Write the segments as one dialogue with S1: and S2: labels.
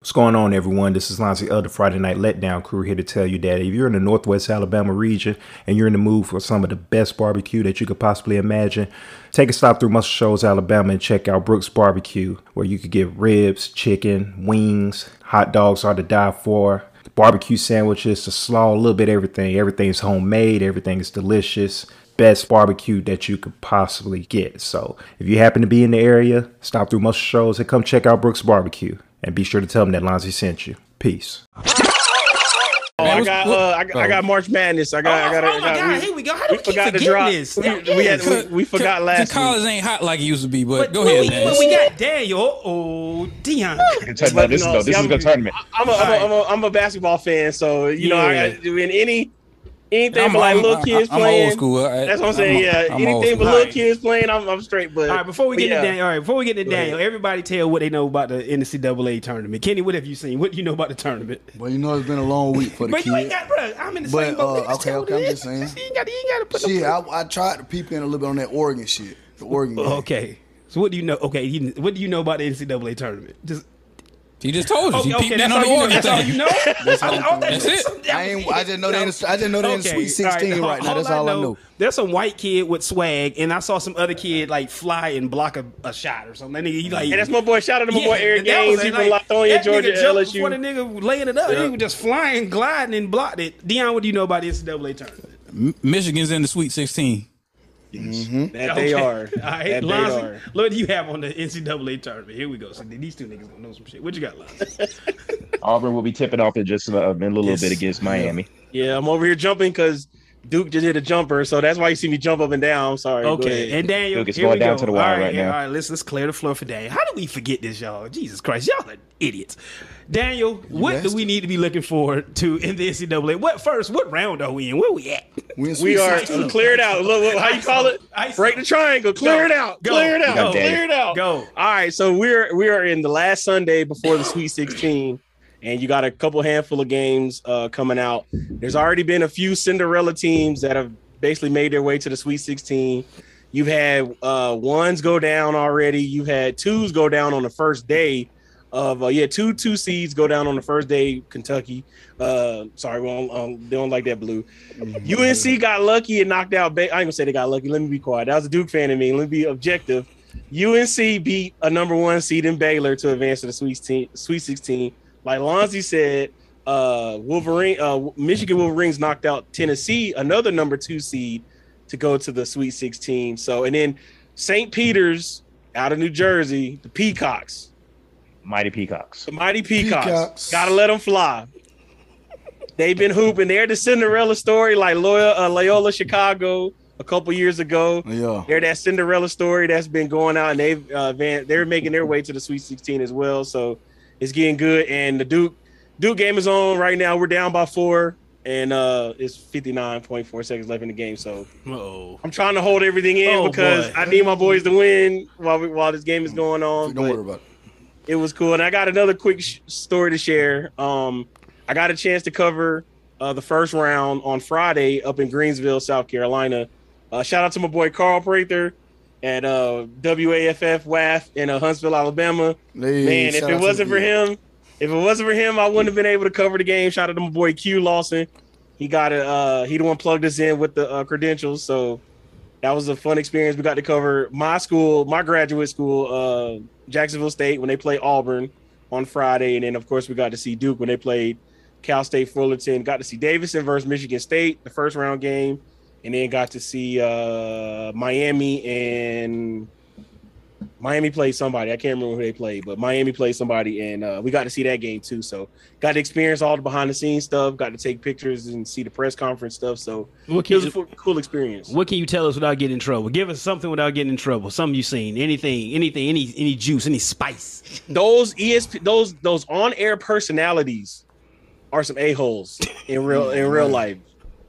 S1: What's going on, everyone? This is Lonzy of the Friday Night Letdown crew here to tell you that if you're in the Northwest Alabama region and you're in the mood for some of the best barbecue that you could possibly imagine, take a stop through Muscle Shoals, Alabama, and check out Brooks Barbecue, where you could get ribs, chicken, wings, hot dogs are to die for, barbecue sandwiches, the slaw, a little bit of everything. Everything's homemade, everything is delicious. Best barbecue that you could possibly get. So if you happen to be in the area, stop through Muscle Shoals and come check out Brooks Barbecue. And be sure to tell them that Lonzy sent you. Peace.
S2: Oh, I got, uh, I, got I
S3: Oh.
S2: got March Madness. I got,
S4: oh,
S2: I got,
S4: oh
S2: I
S4: my
S2: got,
S4: God,
S2: we-
S4: here we go. How do we keep
S2: forgot to
S4: forgetting
S2: drop-
S4: this?
S2: we-
S4: That
S2: we had-
S4: is-
S2: we- forgot last
S3: The collars ain't hot like it used to be, but,
S4: but
S3: go
S4: what
S3: ahead,
S4: we,
S3: man.
S4: what we got Daniel. Oh, Dion.
S5: This, no, this, is no, this is a good tournament.
S2: I'm a, I'm, a, I'm, a, I'm a basketball fan, so you know, I
S4: Yeah.
S2: got in any anything for like
S3: I'm-
S2: little
S3: I'm-
S2: kids
S3: I'm
S2: playing.
S3: old school. I-
S2: That's what I'm saying.
S3: I'm-
S2: yeah,
S3: I'm old
S2: anything for
S3: school.
S2: little
S4: Right.
S2: kids playing, I'm, I'm straight. But
S4: All right, before we get uh,
S2: yeah.
S4: to Daniel, all right, before we get to
S2: Go ahead.
S4: Daniel, everybody tell what they know about the NCAA tournament. Kenny, what have you seen? What do you know about the tournament?
S6: Well, you know it's been a long week for the
S4: But you ain't got,
S6: kid.
S4: bro. I'm in the
S6: But,
S4: same boat.
S6: uh,
S4: Niggas
S6: okay,
S4: tell
S6: okay,
S4: what it is.
S6: I'm just saying.
S4: You ain't got, you ain't got to put.
S6: Shit,
S4: no,
S6: I, I tried to peep in a little bit on that Oregon shit. The Oregon. game.
S4: okay. So what do you know? Okay, you, what do you know about the NCAA tournament? Just
S3: He just told you.
S4: okay,
S3: He
S4: okay
S3: peeped
S4: that's,
S3: in
S4: all
S3: on the
S4: you know,
S3: Oregon
S4: that's all
S3: thing.
S4: you know. That's, all,
S3: That's it.
S6: I ain't. I just know they. In the, I just know they in the Sweet
S4: all right,
S6: Sixteen right, now.
S4: all
S6: That's all I know.
S4: There's some white kid with swag, and I saw some other kid like fly and block a, a shot or something. That nigga, he like,
S2: And that's my boy. Shout out to my boy Eric
S4: that
S2: Gaines.
S4: was
S2: He
S4: it,
S2: from Latonia,
S4: that
S2: Georgia,
S4: nigga jumped Before the
S2: LSU.
S4: nigga laying it up, he was just flying, gliding, and blocked it. Dion, what do you know about the NCAA tournament?
S3: M- Michigan's in the Sweet 16.
S2: That they
S4: Okay.
S2: are.
S4: All right,
S2: That they
S4: Lonzy,
S2: are.
S4: What do you have on the NCAA tournament? Here we go. So these two niggas gonna know some shit. What you got, Lonzy?
S5: Auburn will be tipping off in just a, in a little bit against Miami.
S2: Yeah, I'm over here jumping because Duke just hit a jumper, so that's why you see me jump up and down. I'm sorry. go
S4: Okay,
S2: ahead.
S4: and Daniel,
S5: Look, it's
S4: here
S5: going
S4: we
S5: down
S4: go.
S5: to the wire
S4: all
S5: right
S4: yeah,
S5: now.
S4: All right, let's let's clear the floor for Daniel. How do we forget this, y'all? Jesus Christ, y'all are idiots. Daniel, what do
S6: asked
S4: we need to be looking forward to in the NCAA? What first? What round are we in? Where we at?
S6: We, in Sweet
S2: We are
S6: 16.
S2: cleared out. Look, look, how you call it?
S4: Ice.
S2: Break the triangle. Clear it out.
S4: Go.
S2: Clear it out.
S4: Go.
S2: Clear it out.
S4: Go.
S2: All right. So we're we are in the last Sunday before the Sweet 16, and you got a couple handful of games uh, coming out. There's already been a few Cinderella teams that have basically made their way to the Sweet 16. You've had uh, ones go down already. You've had twos go down on the first day of uh, yeah two two seeds go down on the first day. Kentucky, uh, sorry, well, um, they don't like that blue. UNC got lucky and knocked out. Ba- I ain't gonna say they got lucky. Let me be quiet. That was a Duke fan in me. Let me be objective. UNC beat a number one seed in Baylor to advance to the Sweet 16. Sweet 16. Like Lonzy said, uh, Wolverine, uh, Michigan Wolverines knocked out Tennessee, another number two seed, to go to the Sweet 16. So, and then St. Peter's out of New Jersey, the Peacocks,
S5: Mighty Peacocks.
S2: the mighty Peacocks,
S6: Peacocks.
S2: gotta let them fly. They've been hooping. They're the Cinderella story, like Loyola, uh, Loyola Chicago a couple years ago.
S6: Yeah.
S2: They're that Cinderella story that's been going out, and they've uh, van- they're making their way to the Sweet 16 as well. So it's getting good. And the Duke Duke game is on right now. We're down by four, and uh, it's 59.4 seconds left in the game. So
S4: Oh,
S2: I'm trying to hold everything in
S4: Oh,
S2: because
S4: boy.
S2: I need my boys to win while we, while this game is going on.
S6: Don't
S2: but-
S6: worry about it.
S2: it was cool. And I got another quick sh- story to share. Um, I got a chance to cover uh, the first round on Friday up in Greensville, South Carolina. Uh, shout out to my boy Carl Prather at uh, WAFF WAF in uh, Huntsville, Alabama.
S6: Hey,
S2: Man, if
S6: shout
S2: it
S6: out to
S2: wasn't
S6: the-
S2: for him, if it wasn't for him, I wouldn't have been able to cover the game. Shout out to my boy Q Lawson. He got a uh, he the one plugged us in with the uh, credentials. So that was a fun experience. We got to cover my school, my graduate school, uh, Jacksonville State when they play Auburn on Friday, and then of course we got to see Duke when they played Cal State Fullerton. Got to see Davidson versus Michigan State, the first round game, and then got to see uh, Miami and Miami played somebody. I can't remember who they played, but Miami played somebody, and uh, we got to see that game too. So got to experience all the behind the scenes stuff. Got to take pictures and see the press conference stuff. So
S4: what
S2: it was a
S4: can,
S2: fu- cool experience.
S4: what can you tell us without getting in trouble? Give us something without getting in trouble. Something you seen? Anything? Anything? Any? Any juice? Any spice?
S2: Those ESP, those those on air personalities are some a holes in real in real life.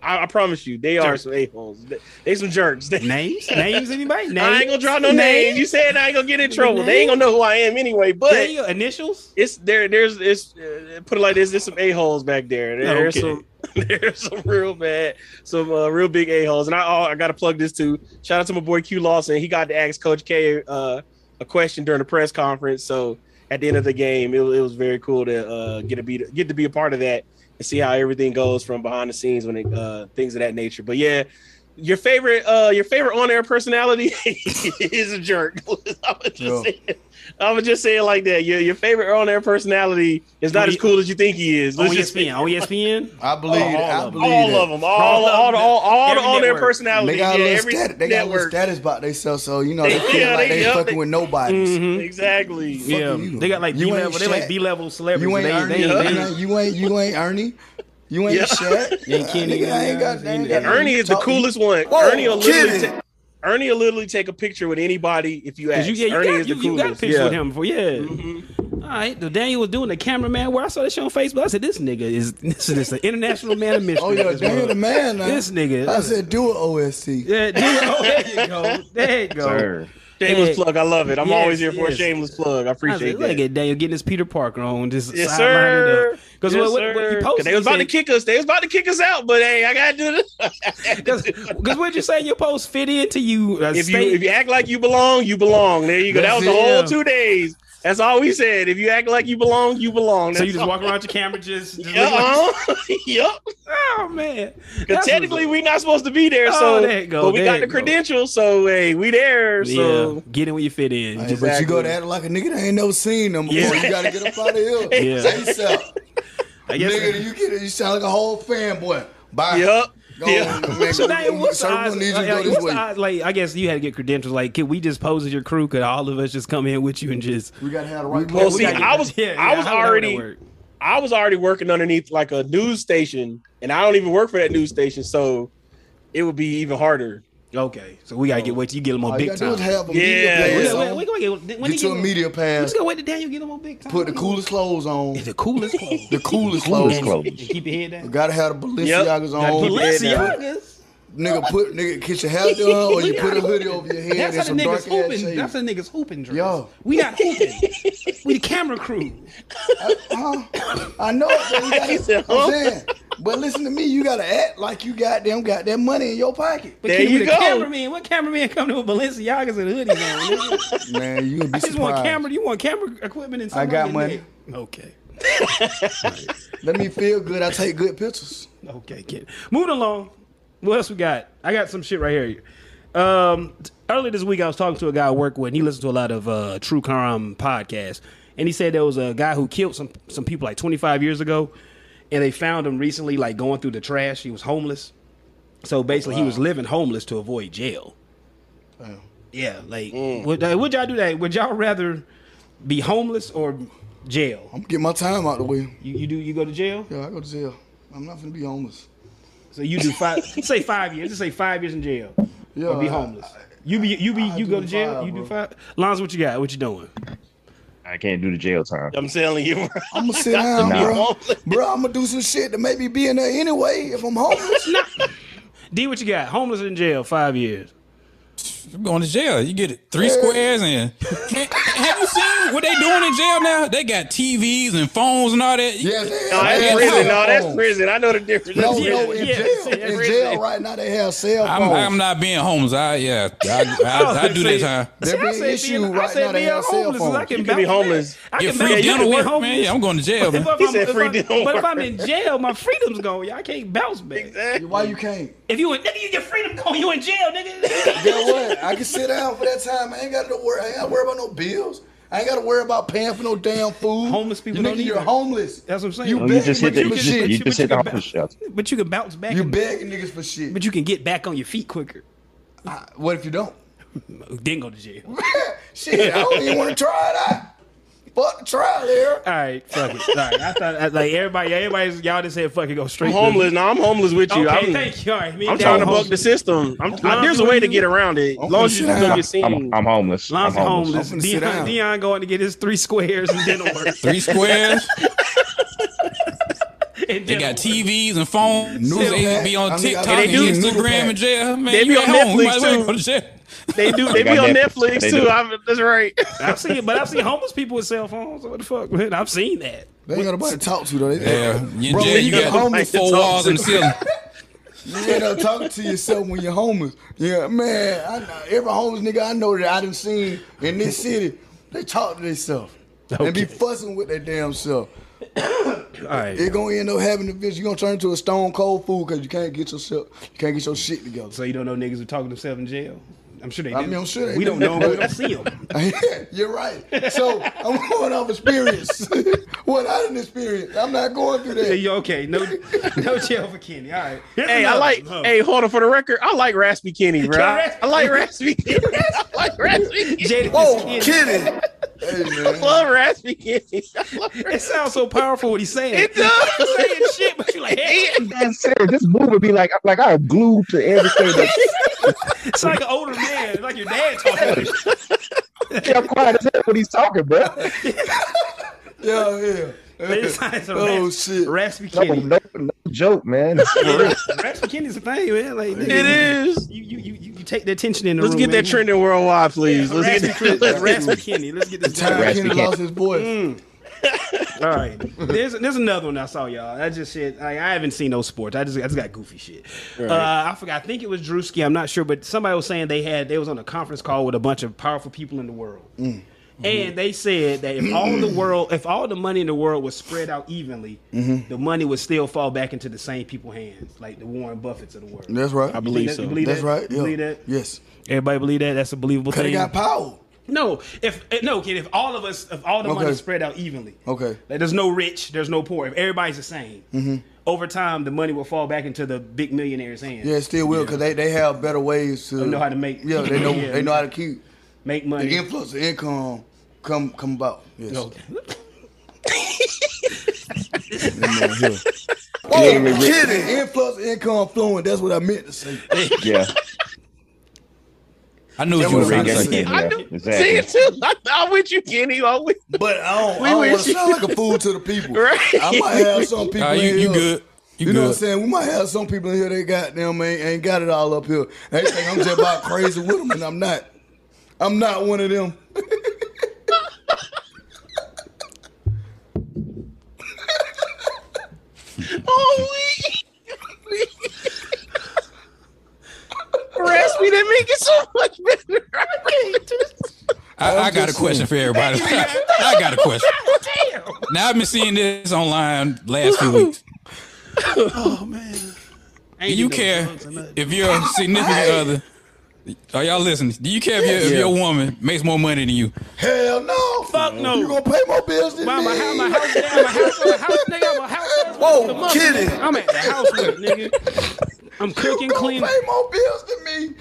S2: I, I promise you, they are some a holes. They, they some jerks. They,
S4: Names? names? Anybody? Names?
S2: I ain't gonna draw no names. You said I ain't gonna get in trouble. They ain't gonna know who I am anyway. But
S4: Daniel, initials?
S2: it's there. There's it's uh, put it like this. There's some a holes back there. There's
S4: Okay.
S2: some there's some real bad, some uh, real big a holes. And I oh, I gotta plug this too. Shout out to my boy Q Lawson. He got to ask Coach K uh, a question during the press conference. So at the end of the game, it, wa- it was very cool to uh, get to be get to be a part of that and see how everything goes from behind the scenes when it uh, things of that nature. But yeah, your favorite uh, your favorite on air personality is a jerk. I'm
S6: Yeah.
S2: just saying, I'ma just say it like that. Your your favorite on air personality is not
S4: On
S2: as
S4: E-
S2: cool as you think he is.
S4: On E
S2: Let's just
S4: ESPN. On ESPN.
S6: I believe.
S4: Oh, all
S6: I
S4: of them.
S6: believe
S2: all
S6: that.
S2: of them, all all all, all, all the
S4: Every
S2: on air
S4: network.
S2: personality.
S6: They
S2: yeah,
S6: got a little
S2: every
S6: status. They got a little
S2: network.
S6: status about themselves, so you know they
S2: They-
S6: feel
S2: yeah,
S6: like
S2: they-
S6: they,
S2: yeah,
S6: fucking
S2: they-
S6: with nobodies.
S4: Mhm.
S2: Mm-hmm. Exactly.
S4: Yeah,
S6: you.
S4: they got like
S6: You
S4: B
S6: ain't
S4: level. They like
S6: Shaq.
S4: B level
S2: Mm-hmm.
S4: celebrities.
S6: You ain't
S4: They,
S6: Ernie.
S4: they,
S6: you,
S4: they,
S6: know, you ain't you ain't Ernie. You ain't
S2: Yeah.
S6: Shaq.
S4: You ain't Kenny,
S6: Nigga, I ain't got- I ain't got
S4: Yeah,
S2: Ernie is the
S6: talk-
S2: coolest one.
S6: Whoa,
S2: Ernie will literally
S6: Kenny.
S2: ta- Ernie will literally take a picture with anybody if you
S4: 'cause
S2: ask.
S4: you, yeah, you
S2: Ernie
S4: got,
S2: is
S4: you,
S2: the
S4: you got
S2: coolest.
S4: pictures
S2: yeah.
S4: with him before. Yeah.
S6: Mm-hmm.
S4: All right. The Daniel was doing the cameraman where I saw that shit on Facebook. I said, "This nigga is this is an international man of mystery."
S6: Oh yeah,
S4: This mother-
S6: Daniel the man. Now.
S4: This nigga.
S6: I said do an OST.
S4: Yeah, dude, oh, there you go. There you go.
S5: Sir.
S2: Shameless
S4: Hey.
S2: plug. I love it. I'm
S4: Yes,
S2: always here for a
S4: yes.
S2: shameless plug. I
S4: I
S2: appreciate
S4: said, look
S2: that.
S4: at Daniel getting his Peter Parker on. Just
S2: Yes,
S4: sidelining
S2: sir.
S4: up. Because
S2: Yes,
S4: what, what, what
S2: sir.
S4: you
S2: 'Cause
S4: posted,
S2: they was about to
S4: said-
S2: kick us. They was about to kick us out, but hey, I gotta do this.
S4: Because what you say your post fit into you. Uh,
S2: if you
S4: state-
S2: if you act like you belong, you belong. There you go.
S6: That's
S2: that was the
S6: it,
S2: whole
S4: yeah.
S2: two days. That's all we said. If you act like you belong, you belong.
S4: so you
S2: That's
S4: just
S2: all.
S4: walk around with your camera, just, just
S2: Yeah,
S4: looking like-
S2: uh-huh. Yup.
S4: oh man.
S2: Because
S4: That's
S2: technically,
S4: what's
S2: we're not supposed to be there.
S4: Oh,
S2: So,
S4: there it go,
S2: but we
S4: there
S2: got
S4: it
S2: the
S4: go.
S2: credentials. So, hey, we there.
S4: up. yeah,
S2: So,
S4: get in where you fit in.
S6: Hey,
S4: Just-
S6: But
S2: Exactly.
S6: you go to act like a nigga that ain't never seen them before.
S4: Yeah.
S6: You gotta get up out of here.
S4: Yeah.
S6: Face up.
S4: I guess-
S6: nigga, you get it. You sound like a whole fanboy. Bye.
S2: yep.
S6: Go
S2: Yeah.
S6: on, man.
S4: So now, what's the
S6: Sir,
S4: odds?
S6: we need you to
S4: Like,
S6: go this
S4: what's
S6: way.
S4: the odds? Like, I guess you had to get credentials. Like, can we just pose as your crew? Could all of us just come in with you and just?
S6: We gotta have the right
S2: Well,
S6: clothes.
S2: see,
S4: gotta get-
S2: I was- I was
S4: how would that
S2: already-
S4: work?
S2: I was already working underneath like a news station, and I don't even work for that news station. So, it would be even harder.
S4: Okay, so we gotta get wait till you get them on
S6: All you
S4: big
S6: gotta do
S4: time.
S6: is have
S2: Yeah.
S6: a
S4: We
S6: media
S2: Yeah,
S4: gotta-
S6: pass.
S4: we- we
S6: on.
S4: gotta get- when
S6: Get
S4: they
S6: you a
S4: get-
S6: media pass.
S4: Let's go wait till Daniel get them on big time.
S6: Put the coolest clothes on.
S4: the coolest clothes.
S6: The coolest
S5: Close,
S6: clothes.
S5: close.
S4: And keep your head
S6: You
S4: down.
S6: gotta have the Balenciagas on.
S2: keep your head
S4: Balenciagas.
S6: Nigga, put nigga, get your hair done, or you put a hoodie over your head
S4: That's how
S6: and
S4: the
S6: some dark
S4: niggas
S6: ass
S4: hooping. That's
S6: shades.
S4: how the niggas hooping. Dress.
S6: Yo.
S4: we not hooping. we the camera crew.
S6: Huh? Uh-huh. I know, it, but you gotta,
S2: He said,
S6: I'm
S2: huh?
S6: saying, but listen to me, you gotta act like you goddamn got that money in your pocket.
S4: But
S2: There
S4: can
S2: you
S4: we the
S2: go.
S4: cameraman? What cameraman come to with Balenciagas and hoodies on? nigga?
S6: Man, you would be
S4: I just want camera. You want camera equipment and
S6: I
S4: something
S6: got
S4: in
S6: money.
S4: there. Okay.
S6: Let me feel good. I take good pictures.
S4: Okay, kid. Moving along. What else we got? I got some shit right here. Um, t- earlier this week, I was talking to a guy I work with, and he listened to a lot of uh, true crime podcasts. And he said there was a guy who killed some some people like 25 years ago, and they found him recently, like going through the trash. He was homeless, so basically he was living homeless to avoid jail. Yeah, like
S6: Mm.
S4: would, uh, would y'all do that? Would y'all rather be homeless or jail?
S6: I'm get my time out the way.
S4: You, you do you go to jail?
S6: Yeah, I go to jail. I'm not gonna be homeless.
S4: So you do five. say five years. Just say five years in jail.
S6: Yeah,
S4: or be
S6: I-
S4: homeless. you be you be
S6: I
S4: you
S6: do
S4: go to jail.
S6: five,
S4: you Uh, do
S6: bro.
S4: five. Lons, what you got? What you doing?
S5: I can't do the jail time.
S2: I'm telling you.
S6: I'm gonna sit down,
S5: Nah.
S6: bro. Bro, I'm gonna do some shit to make me be in there anyway if I'm homeless.
S4: D, what you got? Homeless in jail, five years.
S3: You're going to jail. You get it. Three squares and have you seen what they doing in jail now? They got TVs and phones and all that.
S6: Yes, they
S2: no, that's
S6: have- they have
S2: prison.
S6: cell
S2: No, that's
S6: phones.
S2: prison. I know the difference.
S6: No,
S2: That's
S6: no,
S2: prison.
S6: in
S4: yeah,
S6: jail,
S4: yeah,
S6: in
S2: prison.
S6: jail right now they have cell
S3: I'm,
S6: phones.
S3: I'm not being homeless. I yeah, I, I, I do that time.
S6: There be an issue right now. They have cell phones.
S4: I can
S2: You can be
S4: bounce
S2: homeless.
S4: back. I
S3: Get
S4: can
S3: free
S4: bounce- you
S3: dental
S4: can be
S3: work,
S4: homeless.
S3: man. Yeah, I'm going to jail.
S4: If
S3: man.
S4: I'm-
S2: He said
S4: if
S2: free
S4: I'm-
S2: dental
S4: But if
S2: work.
S4: I'm in jail, my freedom's gone. Y'all can't bounce back.
S6: Why you can't?
S4: If you in, nigga, you get freedom gone. You in jail, nigga.
S6: You know what? I can sit down for that time. I ain't got to worry. I ain't got to worry about no bills. I ain't got to worry about paying for no damn food.
S4: Homeless people
S6: you
S4: don't
S6: nigga,
S4: need
S6: You're
S4: that.
S6: homeless.
S4: That's what I'm saying.
S6: You
S5: No, Oh, you
S6: begging,
S5: just hit
S6: but
S5: the
S6: you
S5: you
S6: for
S5: just,
S6: shit.
S5: you just hit the
S4: But you
S5: homeless shelter.
S4: but you can bounce back.
S6: You
S4: and-
S6: begging niggas for shit.
S4: But you can get back on your feet quicker.
S6: I- what if you don't?
S4: Then go to jail.
S6: shit, I don't even want to try it out. Fuck the trial there.
S4: All right, fuck it. All right, I thought I, like everybody, everybody's y'all just said fuck it, go straight.
S2: I'm homeless. No, I'm homeless with
S4: Okay,
S2: you. I'm,
S4: thank you. All right, me
S2: I'm
S4: and
S2: trying to
S4: Daniel
S2: buck the
S4: homeless.
S2: system. I'm, I, there's a way to get around it. As long as you don't get seen.
S5: I'm, I'm homeless. I'm
S4: Lon's homeless.
S5: homeless.
S6: I'm finna sit
S4: Dion,
S6: down.
S4: Dion going to get his three squares and dental work.
S3: Three squares.
S4: And
S3: They got TVs and phones.
S6: Noodle
S3: they
S6: pack.
S3: be on
S6: I mean,
S3: TikTok
S6: I
S3: and
S6: mean, noodle
S3: Instagram
S6: pack.
S3: and jail. Man,
S2: They be
S3: you
S2: on
S3: at home. You
S2: Netflix,
S3: might as well
S2: too.
S3: go to jail.
S2: They do. They
S5: They
S2: be
S5: got
S2: on
S5: Netflix.
S2: Netflix
S5: They
S2: too.
S5: do.
S2: I'm, that's right.
S4: I've seen, but I've seen homeless people with cell phones. What the fuck, man? I've seen that.
S6: They ain't got nobody to talk to though. They,
S3: Yeah, you,
S6: Bro,
S3: in jail,
S6: when
S3: you
S6: you're
S3: got
S6: homeless,
S3: four
S2: it's
S3: walls and a ceiling.
S6: You ain't no talking to yourself when you're homeless. Yeah, man. I, every homeless nigga I know that I done seen in this city, they talk to themselves. and be fussing with their damn self.
S1: All right.
S6: They're gonna end up having the bitch. You're gonna turn into a stone cold fool because you can't get yourself, you can't get your shit together.
S4: So you don't know niggas who talking themselves in jail? I'm sure they do.
S6: I mean, I'm sure they
S4: we
S6: do.
S4: don't know 'em, we don't see them.
S6: You're right. So I'm going off experience. what I didn't experience, I'm not going through that.
S4: okay, no, no jail for Kenny. All right. Here's
S2: Hey, I
S4: another
S2: like.
S4: one.
S2: Hey, hold on for the record. I like Raspy Kenny, bro. I, I like Raspy Kenny. I like Raspy Kenny.
S4: Jada
S6: Whoa,
S4: Kenny.
S6: kidding. hey
S2: I
S6: man,
S2: love Raspy Kenny. I love
S4: It sounds so powerful what he's saying. It
S2: does.
S4: He's saying shit, but you like, hey,
S5: That's serious. This move would be like like I glued to everything. That,
S4: it's like an older man, like your dad talking.
S5: I'm quiet as hell when he's talking, bro.
S6: yeah, yeah.
S4: It's like it's a
S6: Oh,
S4: ras-
S6: shit.
S4: Raspy
S5: No,
S4: Kenny.
S5: no, no joke, man. It's for real.
S4: Raspy Kenny's a thing, man. Like, nigga,
S2: It is.
S4: You, you, you, you- you take the attention in the
S2: Let's
S4: room.
S2: get
S4: man.
S2: that trending worldwide, please. Let's get
S4: Raspy,
S2: that.
S4: Kenny,
S2: Let's
S4: Raspy Kenny. Let's get this
S6: Time
S5: Raspy
S6: Kenny
S5: Ken.
S6: lost his voice.
S4: Mm. All right. There's there's another one I saw y'all. That just shit. Like, I haven't seen no sports. I just I just got goofy shit. Uh, I forgot. I think it was Drewski. I'm not sure, but somebody was saying they had they was on a conference call with a bunch of powerful people in the world.
S6: Mm. Mm-hmm.
S4: And they said that if all the world, if all the money in the world was spread out evenly,
S6: Mm-hmm.
S4: the money would still fall back into the same people hands, like the Warren Buffets of the world.
S6: That's right.
S2: I believe
S4: that-
S2: so.
S4: you believe
S6: That's
S4: that?
S6: right.
S4: You
S6: Yeah.
S4: believe that?
S6: Yes.
S4: Everybody believe that? That's a believable
S6: Cause
S4: thing.
S6: he got power.
S4: No, if eh, no kid, if all of us, if all the
S6: Okay.
S4: money spread out evenly,
S6: Okay.
S4: like, there's no rich, there's no poor. If everybody's the same,
S6: Mm-hmm.
S4: over time the money will fall back into the big millionaires' hands.
S6: Yeah, it still will because they, they have better ways to
S4: know how to make-
S6: Yeah, they know
S4: Yeah.
S6: they know how to keep
S4: Make
S6: the
S4: money.
S6: influence of income come come about. Yes.
S4: No.
S6: Amen. Here. Whoa, kidding. Influx income fluent. That's what I meant to say.
S5: Yeah,
S3: I knew what you
S6: what
S3: were
S6: I'm
S3: trying to
S6: saying.
S3: say.
S2: I
S3: Kenny.
S2: do.
S5: exactly.
S2: See it too. I, I'm with you, Kenny. I'm with
S6: But I don't,
S2: We
S6: I don't want
S2: wish
S6: to
S2: you-
S6: sound like a fool to the people.
S2: Right.
S6: I might have some people
S3: Nah, you,
S6: in
S3: you
S6: here.
S3: good. You,
S6: You
S3: good.
S6: know what I'm saying? We might have some people in here that got them ain't, ain't got it all up here. They think I'm just about crazy with them, and I'm not. I'm not one of them.
S2: Oh, we. Raspy, that make it so much better.
S3: I, I got a
S6: just
S3: question for everybody. I got a question. Now I've been seeing this online last few weeks.
S4: I
S3: Do
S4: ain't
S3: you
S4: do no
S3: care
S4: drugs or nothing.
S3: if your significant other? Are y'all listening? Do you care if your, if your woman makes more money than you?
S6: Hell no.
S4: Fuck no.
S6: You gonna pay more bills than
S4: Why
S6: me?
S4: my house, my house, down, my house, my house, nigga, my house. down.
S6: Whoa, kidding.
S4: I'm at the house with it, nigga. I'm
S6: You
S4: cooking,
S6: gonna
S4: clean.
S6: pay more bills than me?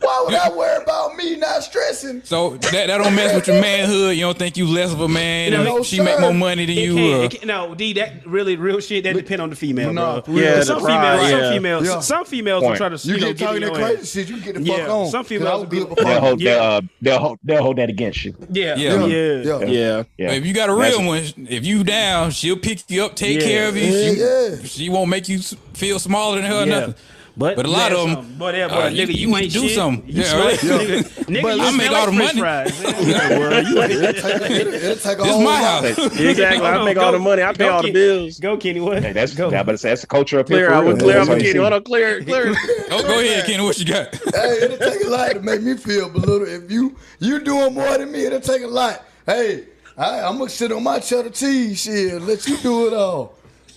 S6: Why would I worry about me not stressing?
S3: So that, that don't mess with your manhood. You don't think you less of a man.
S4: No,
S3: and
S6: no,
S3: she
S6: sir.
S3: make more money than
S4: It
S3: you.
S4: can't,
S3: uh,
S4: it can't, no, D, that really real shit. That depend on the female,
S6: No,
S4: bro.
S6: for real. Yeah,
S4: some,
S2: the
S4: females,
S2: pride,
S4: some
S2: yeah.
S4: females,
S6: Yeah.
S4: some females will
S5: Point.
S4: try to
S6: You
S4: you know,
S6: get talking
S4: get
S6: that
S4: in your ass.
S6: crazy shit, you can get the
S4: Yeah,
S6: fuck on.
S4: some
S6: 'Cause
S4: females
S6: I was
S4: would be-
S6: good
S5: They'll
S6: before.
S5: hold, they'll, uh, they'll, hold, they'll hold that against you.
S4: Yeah,
S3: Yeah.
S4: yeah.
S6: Yeah.
S2: Yeah.
S5: Yeah.
S3: If you got a real one, if you down, she'll pick you up, take
S4: Yeah.
S3: care of you.
S6: Yeah,
S3: She,
S6: yeah.
S3: she won't make you s- feel smaller than her. Or
S4: Yeah.
S3: nothing.
S4: But,
S3: But a lot
S4: yeah,
S3: of 'em,
S4: something. but yeah, but
S3: uh,
S4: nigga, you,
S3: you
S4: ain't
S3: do
S4: shit.
S3: something.
S4: You
S3: Yeah,
S4: smell
S3: right.
S4: like- nigga, nigga,
S3: But
S4: you
S3: I make
S4: smell
S3: all the
S4: like
S3: money.
S4: French fries.
S6: It'll, it'll take a
S3: This
S6: whole
S3: my
S6: lot.
S3: house.
S2: Exactly. I
S4: Go,
S2: make
S4: go,
S2: all the money. I pay
S4: go,
S2: all the
S4: Ken-
S2: bills.
S4: Go, Kenny. What?
S5: Hey, that's
S4: go.
S5: nah, but it's- that's the culture up here.
S2: Clear.
S5: for
S2: I
S5: real.
S2: would clear. I'm
S5: That's
S2: a
S5: what you
S2: Kenny.
S5: see.
S2: Hold on. Clear. Clear.
S3: Go, Oh, go ahead, Kenny. What you got?
S6: Hey, it'll take a lot to make me feel belittled. If you you doing more than me, it'll take a lot. Hey, I, I'm gonna sit on my cheddar cheese shit. Let you do it all.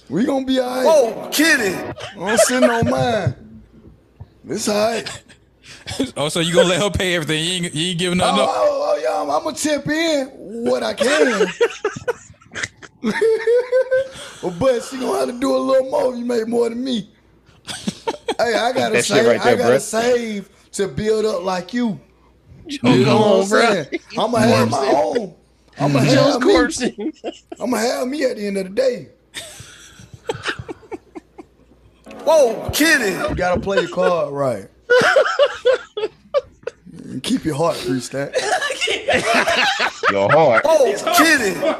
S6: We gonna be all right. Whoa, Oh, kidding. I'm sitting on mine. It's all right.
S3: oh, so you gonna let her pay everything? You ain't, you ain't giving nothing
S6: Oh,
S3: up.
S6: oh, oh, yeah, I'm, I'm gonna tip in what I can. but she gonna have to do a little more. if You make more than me. hey, I gotta
S5: That shit
S6: save.
S5: right
S6: I
S5: there,
S6: gotta
S5: bruh.
S6: save to build up like you. You know what I'm saying? I'm gonna have my own. I'm gonna have me.
S2: Corpse.
S6: I'm gonna have me at the end of the day. Whoa, kidding! You gotta play your card right. And Keep your heart free, Stat.
S5: Your heart.
S6: Oh, kidding!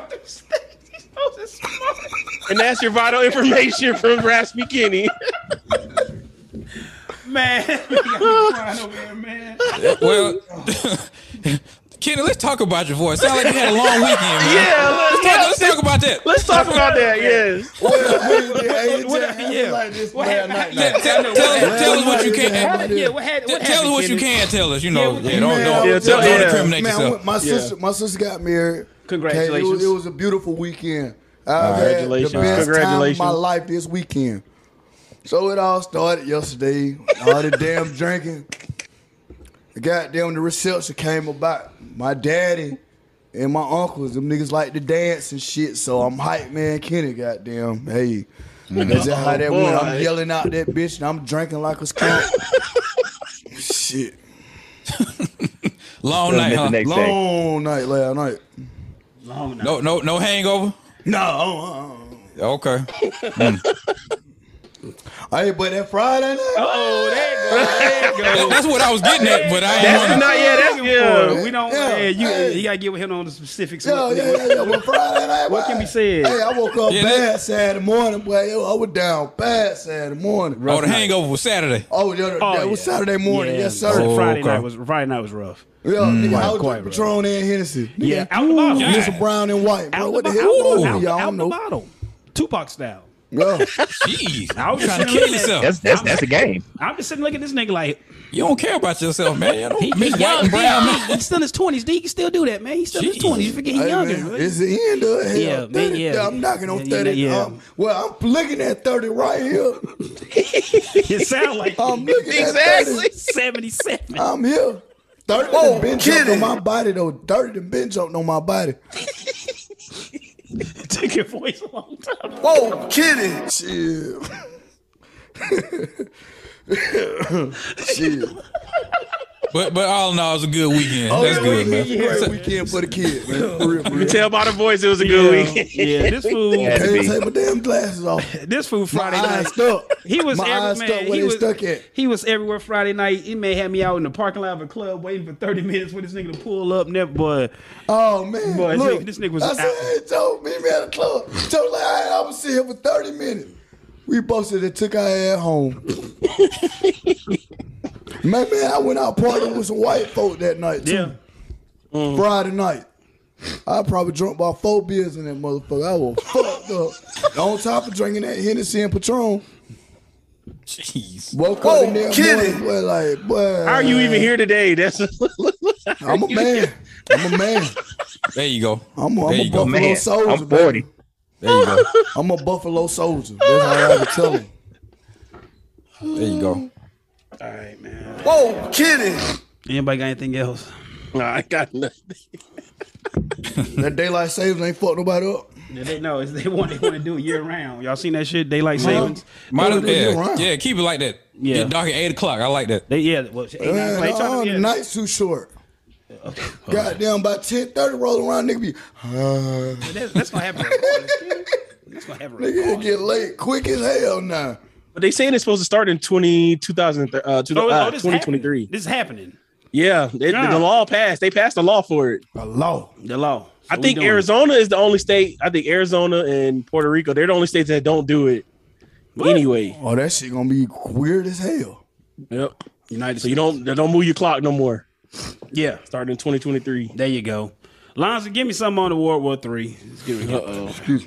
S2: And that's your vital information from Raspy Kenny.
S4: Man, you got me crying over here, man.
S3: Well, Kenny, let's talk about your voice. Sound like you had a long weekend, man.
S2: Yeah, let's-
S3: let's, talk, let's talk about that.
S2: Let's talk about that. Yes.
S6: Well, we- hey,
S4: What-
S6: it happened
S4: yeah.
S6: like this
S4: What
S6: last
S4: happened-
S6: night.
S3: Yeah,
S6: now.
S3: tell, tell us, tell us what you
S6: Yeah,
S3: can. eh,
S6: what happened?
S4: yeah, what had, what
S3: Tell us
S4: happened,
S3: what you
S4: Kenny?
S3: can tell us. You know,
S4: Yeah,
S3: yeah, don't
S6: man,
S3: don't,
S6: yeah,
S3: don't,
S2: tell-
S3: incriminate
S6: Man, I
S3: yourself.
S6: went- my sister, my sister got married.
S4: Congratulations.
S6: Okay, It was, it was a beautiful weekend. I
S2: Congratulations.
S6: Had the best
S2: Congratulations.
S6: time of my life this weekend. So it all started yesterday. All the damn drinking. The Goddamn, the reception came about. My daddy and my uncles, them niggas like to dance and shit. So I'm hype, man. Kenny, goddamn, hey. That's just how that went.
S2: Mm-hmm. Oh, boy.
S6: I'm yelling out that bitch and I'm drinking like a skunk. shit.
S3: Long night,
S5: the
S3: huh?
S5: next day.
S6: Long night last night.
S3: No, no, no hangover.
S6: No.
S3: Okay.
S6: Hey, but that Friday night.
S4: Oh, there you go. There you
S3: That-
S4: go.
S3: That's what I was getting at, but I
S2: That's
S3: ain't
S2: not
S3: want
S2: yeah. That's
S4: Yeah,
S2: yeah.
S4: we don't.
S6: Yeah.
S4: Yeah, you,
S6: Hey.
S4: you gotta get with him on the specifics.
S6: Yeah,
S4: What-
S6: yeah, yeah, yeah. Well, Friday night.
S4: What can
S6: boy,
S4: be said?
S6: Hey, I woke up
S3: Yeah,
S6: bad
S3: that-
S6: Saturday morning, boy. Yo, I was down bad Saturday morning.
S3: to. Oh, the hangover was Saturday.
S6: Oh, yeah, that, that was
S4: yeah.
S6: Saturday morning.
S4: Yeah, Mm.
S6: Yes, sir.
S3: Oh,
S4: Friday
S3: okay.
S4: night was Friday night was rough.
S6: Yeah, nigga, I was
S4: quite
S6: drinking Patron and Hennessy.
S4: Yeah,
S6: Nigga,
S4: out the bottle.
S3: Yeah.
S6: Mr. Brown and White, bro.
S4: Out
S6: What
S4: the
S6: the
S3: bottle.
S6: hell going
S4: bottle.
S6: on?
S4: Out,
S6: Y'all
S4: out
S6: don't
S4: the
S6: know.
S4: bottle. Tupac style.
S6: Yeah.
S3: Jeez,
S4: I
S3: I
S4: was
S3: was trying to
S4: just
S3: kill
S4: looking at-
S3: yourself.
S5: That's that's that's a game.
S4: I'm just sitting looking at this nigga like
S3: You don't care about yourself, man. You don't
S4: he,
S3: miss
S4: he's
S3: white
S4: young,
S3: and brown.
S4: man.
S3: man.
S4: He- He's still in his twenties. D, He can still do that, man. He's still in his
S3: Jeez.
S4: twenties. You forget he's
S6: Hey,
S4: younger.
S6: man,
S4: man.
S6: it's the end of
S4: Yeah,
S6: hell. Yeah,
S4: man,
S6: 30, yeah.
S4: yeah.
S6: I'm knocking on
S4: Yeah,
S6: 30.
S4: yeah, yeah.
S6: Um, well, I'm looking at 30 right here.
S4: It sound like
S6: I'm looking at 30.
S4: exactly Oh, seventy-seven.
S6: I'm here. 30 done been jumped on my body, though. 30 done been jumped on my body.
S4: Took your voice a long time.
S6: Whoa, kitty. Shit. Shit.
S3: But but all in all, it was a good weekend.
S6: Oh,
S3: That's
S6: yeah,
S3: good,
S6: we-
S3: man.
S6: we- Great weekend for the kids, man. For real, for real.
S2: Tell by the voice, it was a
S4: Yeah,
S2: good weekend.
S4: yeah, this food,
S5: Yeah.
S6: Can't take my damn glasses off.
S4: this food
S6: My
S4: Friday night.
S6: eyes stuck.
S4: He was
S6: my
S4: every,
S6: eyes
S4: man,
S6: stuck where
S4: he
S6: they
S4: was,
S6: stuck at.
S4: He was everywhere Friday night. He may have me out in the parking lot of a club waiting for 30 minutes for this nigga to pull up. Never, boy.
S6: Oh man,
S4: Boy, this
S6: look,
S4: nigga- this nigga was
S6: I said,
S4: out.
S6: hey, Joe, meet me at the club. Joe like, "All right, I was sitting here for thirty minutes. We busted and took our ass home. man, man, I went out partying with some white folk that night too.
S4: Yeah.
S6: Friday night. I probably drunk about four beers in that motherfucker. I was fucked up. On top of drinking that Hennessy and Patron,
S3: Jeez.
S6: woke up
S3: Oh,
S6: in there morning, boy, like, boy,
S2: How are you even here today? That's
S6: I'm a man. I'm a man.
S3: There you go.
S6: I'm a,
S3: There
S6: I'm a
S3: you go,
S6: Buffalo
S5: Man,
S6: soldier.
S5: I'm
S6: baby.
S5: 40.
S3: There you go.
S6: I'm a Buffalo soldier. That's all I can tell him.
S3: There you go.
S4: All right, man.
S6: Whoa, kidding.
S4: Anybody got anything else?
S2: nah, I got nothing.
S6: That daylight savings ain't fuck nobody up.
S4: Yeah, they know it's, they want they want to do it year round. Y'all seen that shit? Daylight savings.
S3: Modern,
S6: do year
S3: yeah,
S6: round.
S3: yeah, keep it like that.
S4: Yeah.
S3: Get dark at eight o'clock. I like that.
S4: They yeah. Well, eight, nine,
S6: Man,
S4: they trying to-
S6: uh, the
S4: yeah.
S6: night's too short. Goddamn, by 10 30 roll around, nigga be, uh,
S4: That's, that's gonna happen. regardless. that's gonna happen.
S6: nigga it
S4: regardless.
S6: get late quick as hell now.
S2: But they saying it's supposed to start in 20, 2000, uh, two-
S4: Oh,
S2: uh,
S4: oh, this
S2: 2023.
S4: happening. This is happening.
S2: Yeah, they,
S4: Yeah.
S2: the law passed. They passed a law for it.
S6: A law.
S4: The law. So
S2: I
S4: we
S2: think
S4: doing it.
S2: Arizona is the only state. I think Arizona and Puerto Rico, they're the only states that don't do it anyway.
S6: Oh, that shit gonna be weird as hell.
S2: Yep.
S4: United.
S2: So you don't they don't move your clock no more.
S4: Yeah.
S2: Starting in 2023.
S4: There you go. Lonzo, give me something on the World War Three. Let's give it-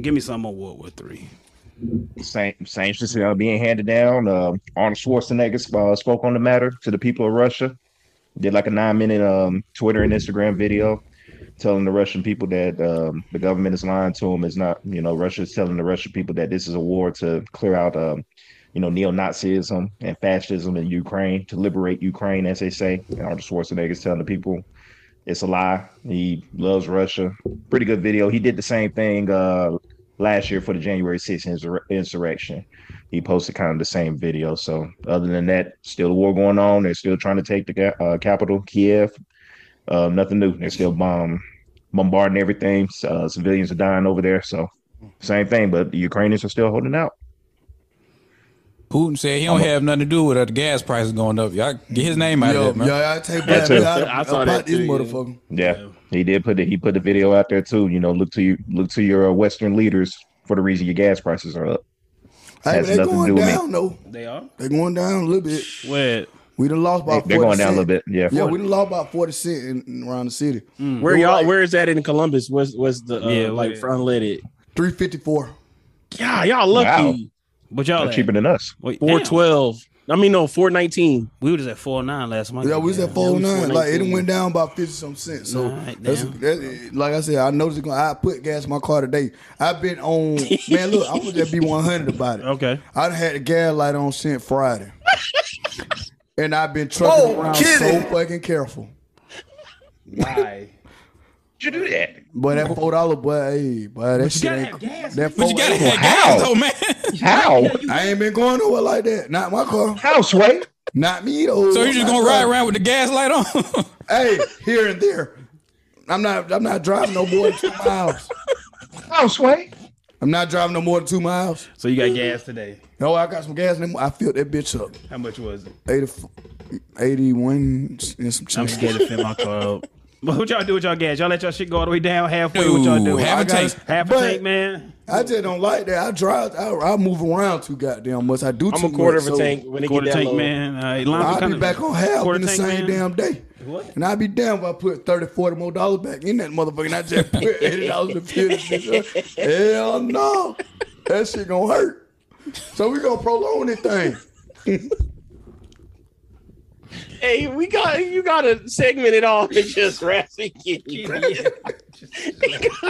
S4: Give me something on World War Three.
S5: Same sanctions uh, being handed down. Uh, Arnold Schwarzenegger uh, spoke on the matter to the people of Russia. Did like a nine minute um, Twitter and Instagram video telling the Russian people that um, the government is lying to them. It's not, you know, Russia is telling the Russian people that this is a war to clear out, um, you know, neo Nazism and fascism in Ukraine to liberate Ukraine, as they say. And Arnold Schwarzenegger is telling the people it's a lie. He loves Russia. Pretty good video. He did the same thing uh, last year for the January 6th insur- insurrection. He posted kind of the same video. So, other than that, still a war going on. They're still trying to take the ca- uh, capital, Kiev. Uh, nothing new. They're still bomb- bombarding everything. Uh, civilians are dying over there. So, same thing, but the Ukrainians are still holding out.
S3: Putin said he don't have nothing to do with it. The gas prices going up. Y'all get his name out
S6: Yo,
S3: of it, man.
S6: yeah, I take back
S2: too.
S6: out
S2: I saw that
S6: about this
S2: too, yeah.
S6: motherfucker.
S5: Yeah, he did put it. He put the video out there too. You know, look to you, look to your uh, Western leaders for the reason your gas prices are up.
S6: Hey,
S5: Has
S6: but they
S5: nothing to do
S6: going
S5: with me.
S6: down though.
S4: They are.
S6: They going down a little bit.
S4: Where?
S6: We We done lost by.
S5: They're
S6: 40
S5: going down a little
S6: cent.
S5: bit. Yeah.
S6: Yeah, we done lost by forty cent in, in- around the city.
S2: Where y'all? Where is that in Columbus? Was was the uh,
S4: Hmm. Yeah,
S2: like
S4: where-
S2: for unleaded?
S6: Three fifty four.
S2: Yeah, y'all lucky.
S5: Wow.
S4: But y'all
S5: They're
S4: at?
S5: cheaper than us.
S4: Wait, damn.
S2: Four twelve. I mean, no, four nineteen.
S4: We was at four nine last month.
S6: Yeah, we was at four nine. Like it
S2: 419.
S6: went down by fifty some cents. So
S4: Nah, right
S6: that's,
S4: now.
S6: that's- like I said, I know it's gonna. I put gas in my car today. I've been on. man, look, I'm gonna just be one hundred about it.
S4: Okay.
S6: I done had the gas light on since Friday, and I've been trucking
S3: Oh,
S6: around so fucking careful.
S4: Why?
S5: Did you do that?
S6: But that four dollar, boy, hey, boy, that shit
S4: gotta
S6: ain't.
S4: have gas,
S6: That
S3: But you gotta
S6: $4
S3: have gas
S5: How?
S3: though, man.
S5: How?
S6: I ain't been going nowhere like that. Not my car.
S5: How, Sway?
S6: Not me though.
S3: So you just
S6: My
S3: gonna ride
S6: car.
S3: around with the gas light on?
S6: Hey, here and there. I'm not. I'm not driving no more than two miles.
S5: How, Sway?
S6: I'm not driving no more than two miles.
S4: So you got gas today?
S6: No, I got some gas in it. I filled that bitch up.
S4: How much was it?
S6: 80, 81 and some change.
S4: scared to fit my car up. But what y'all do with y'all gas? Y'all let y'all shit go all the way down halfway. what y'all do?
S3: Dude, half
S6: I
S3: a
S6: gotta-
S3: tank.
S4: half a
S6: But-
S4: tank, man.
S6: I just don't like that. I drive. I, I move around too goddamn much. I do.
S2: I'm
S6: too
S2: a quarter
S6: much,
S2: of a
S6: so
S2: tank when it get
S4: Quarter
S2: that
S4: tank,
S2: low.
S4: man. All right, Lon, what
S6: I'll
S4: kind
S6: be
S4: of-
S6: back on half
S4: quarter
S6: in the
S4: tank,
S6: same
S4: man?
S6: damn day.
S4: What?
S6: And I'll be damn if I put 30, 40 more dollars back in that motherfucker and I just put $80 to fill this bitch up. Hell no. That shit gonna hurt. So we gonna prolong this thing.
S2: Hey, we got you. Got to segment it off and just wrap it. in.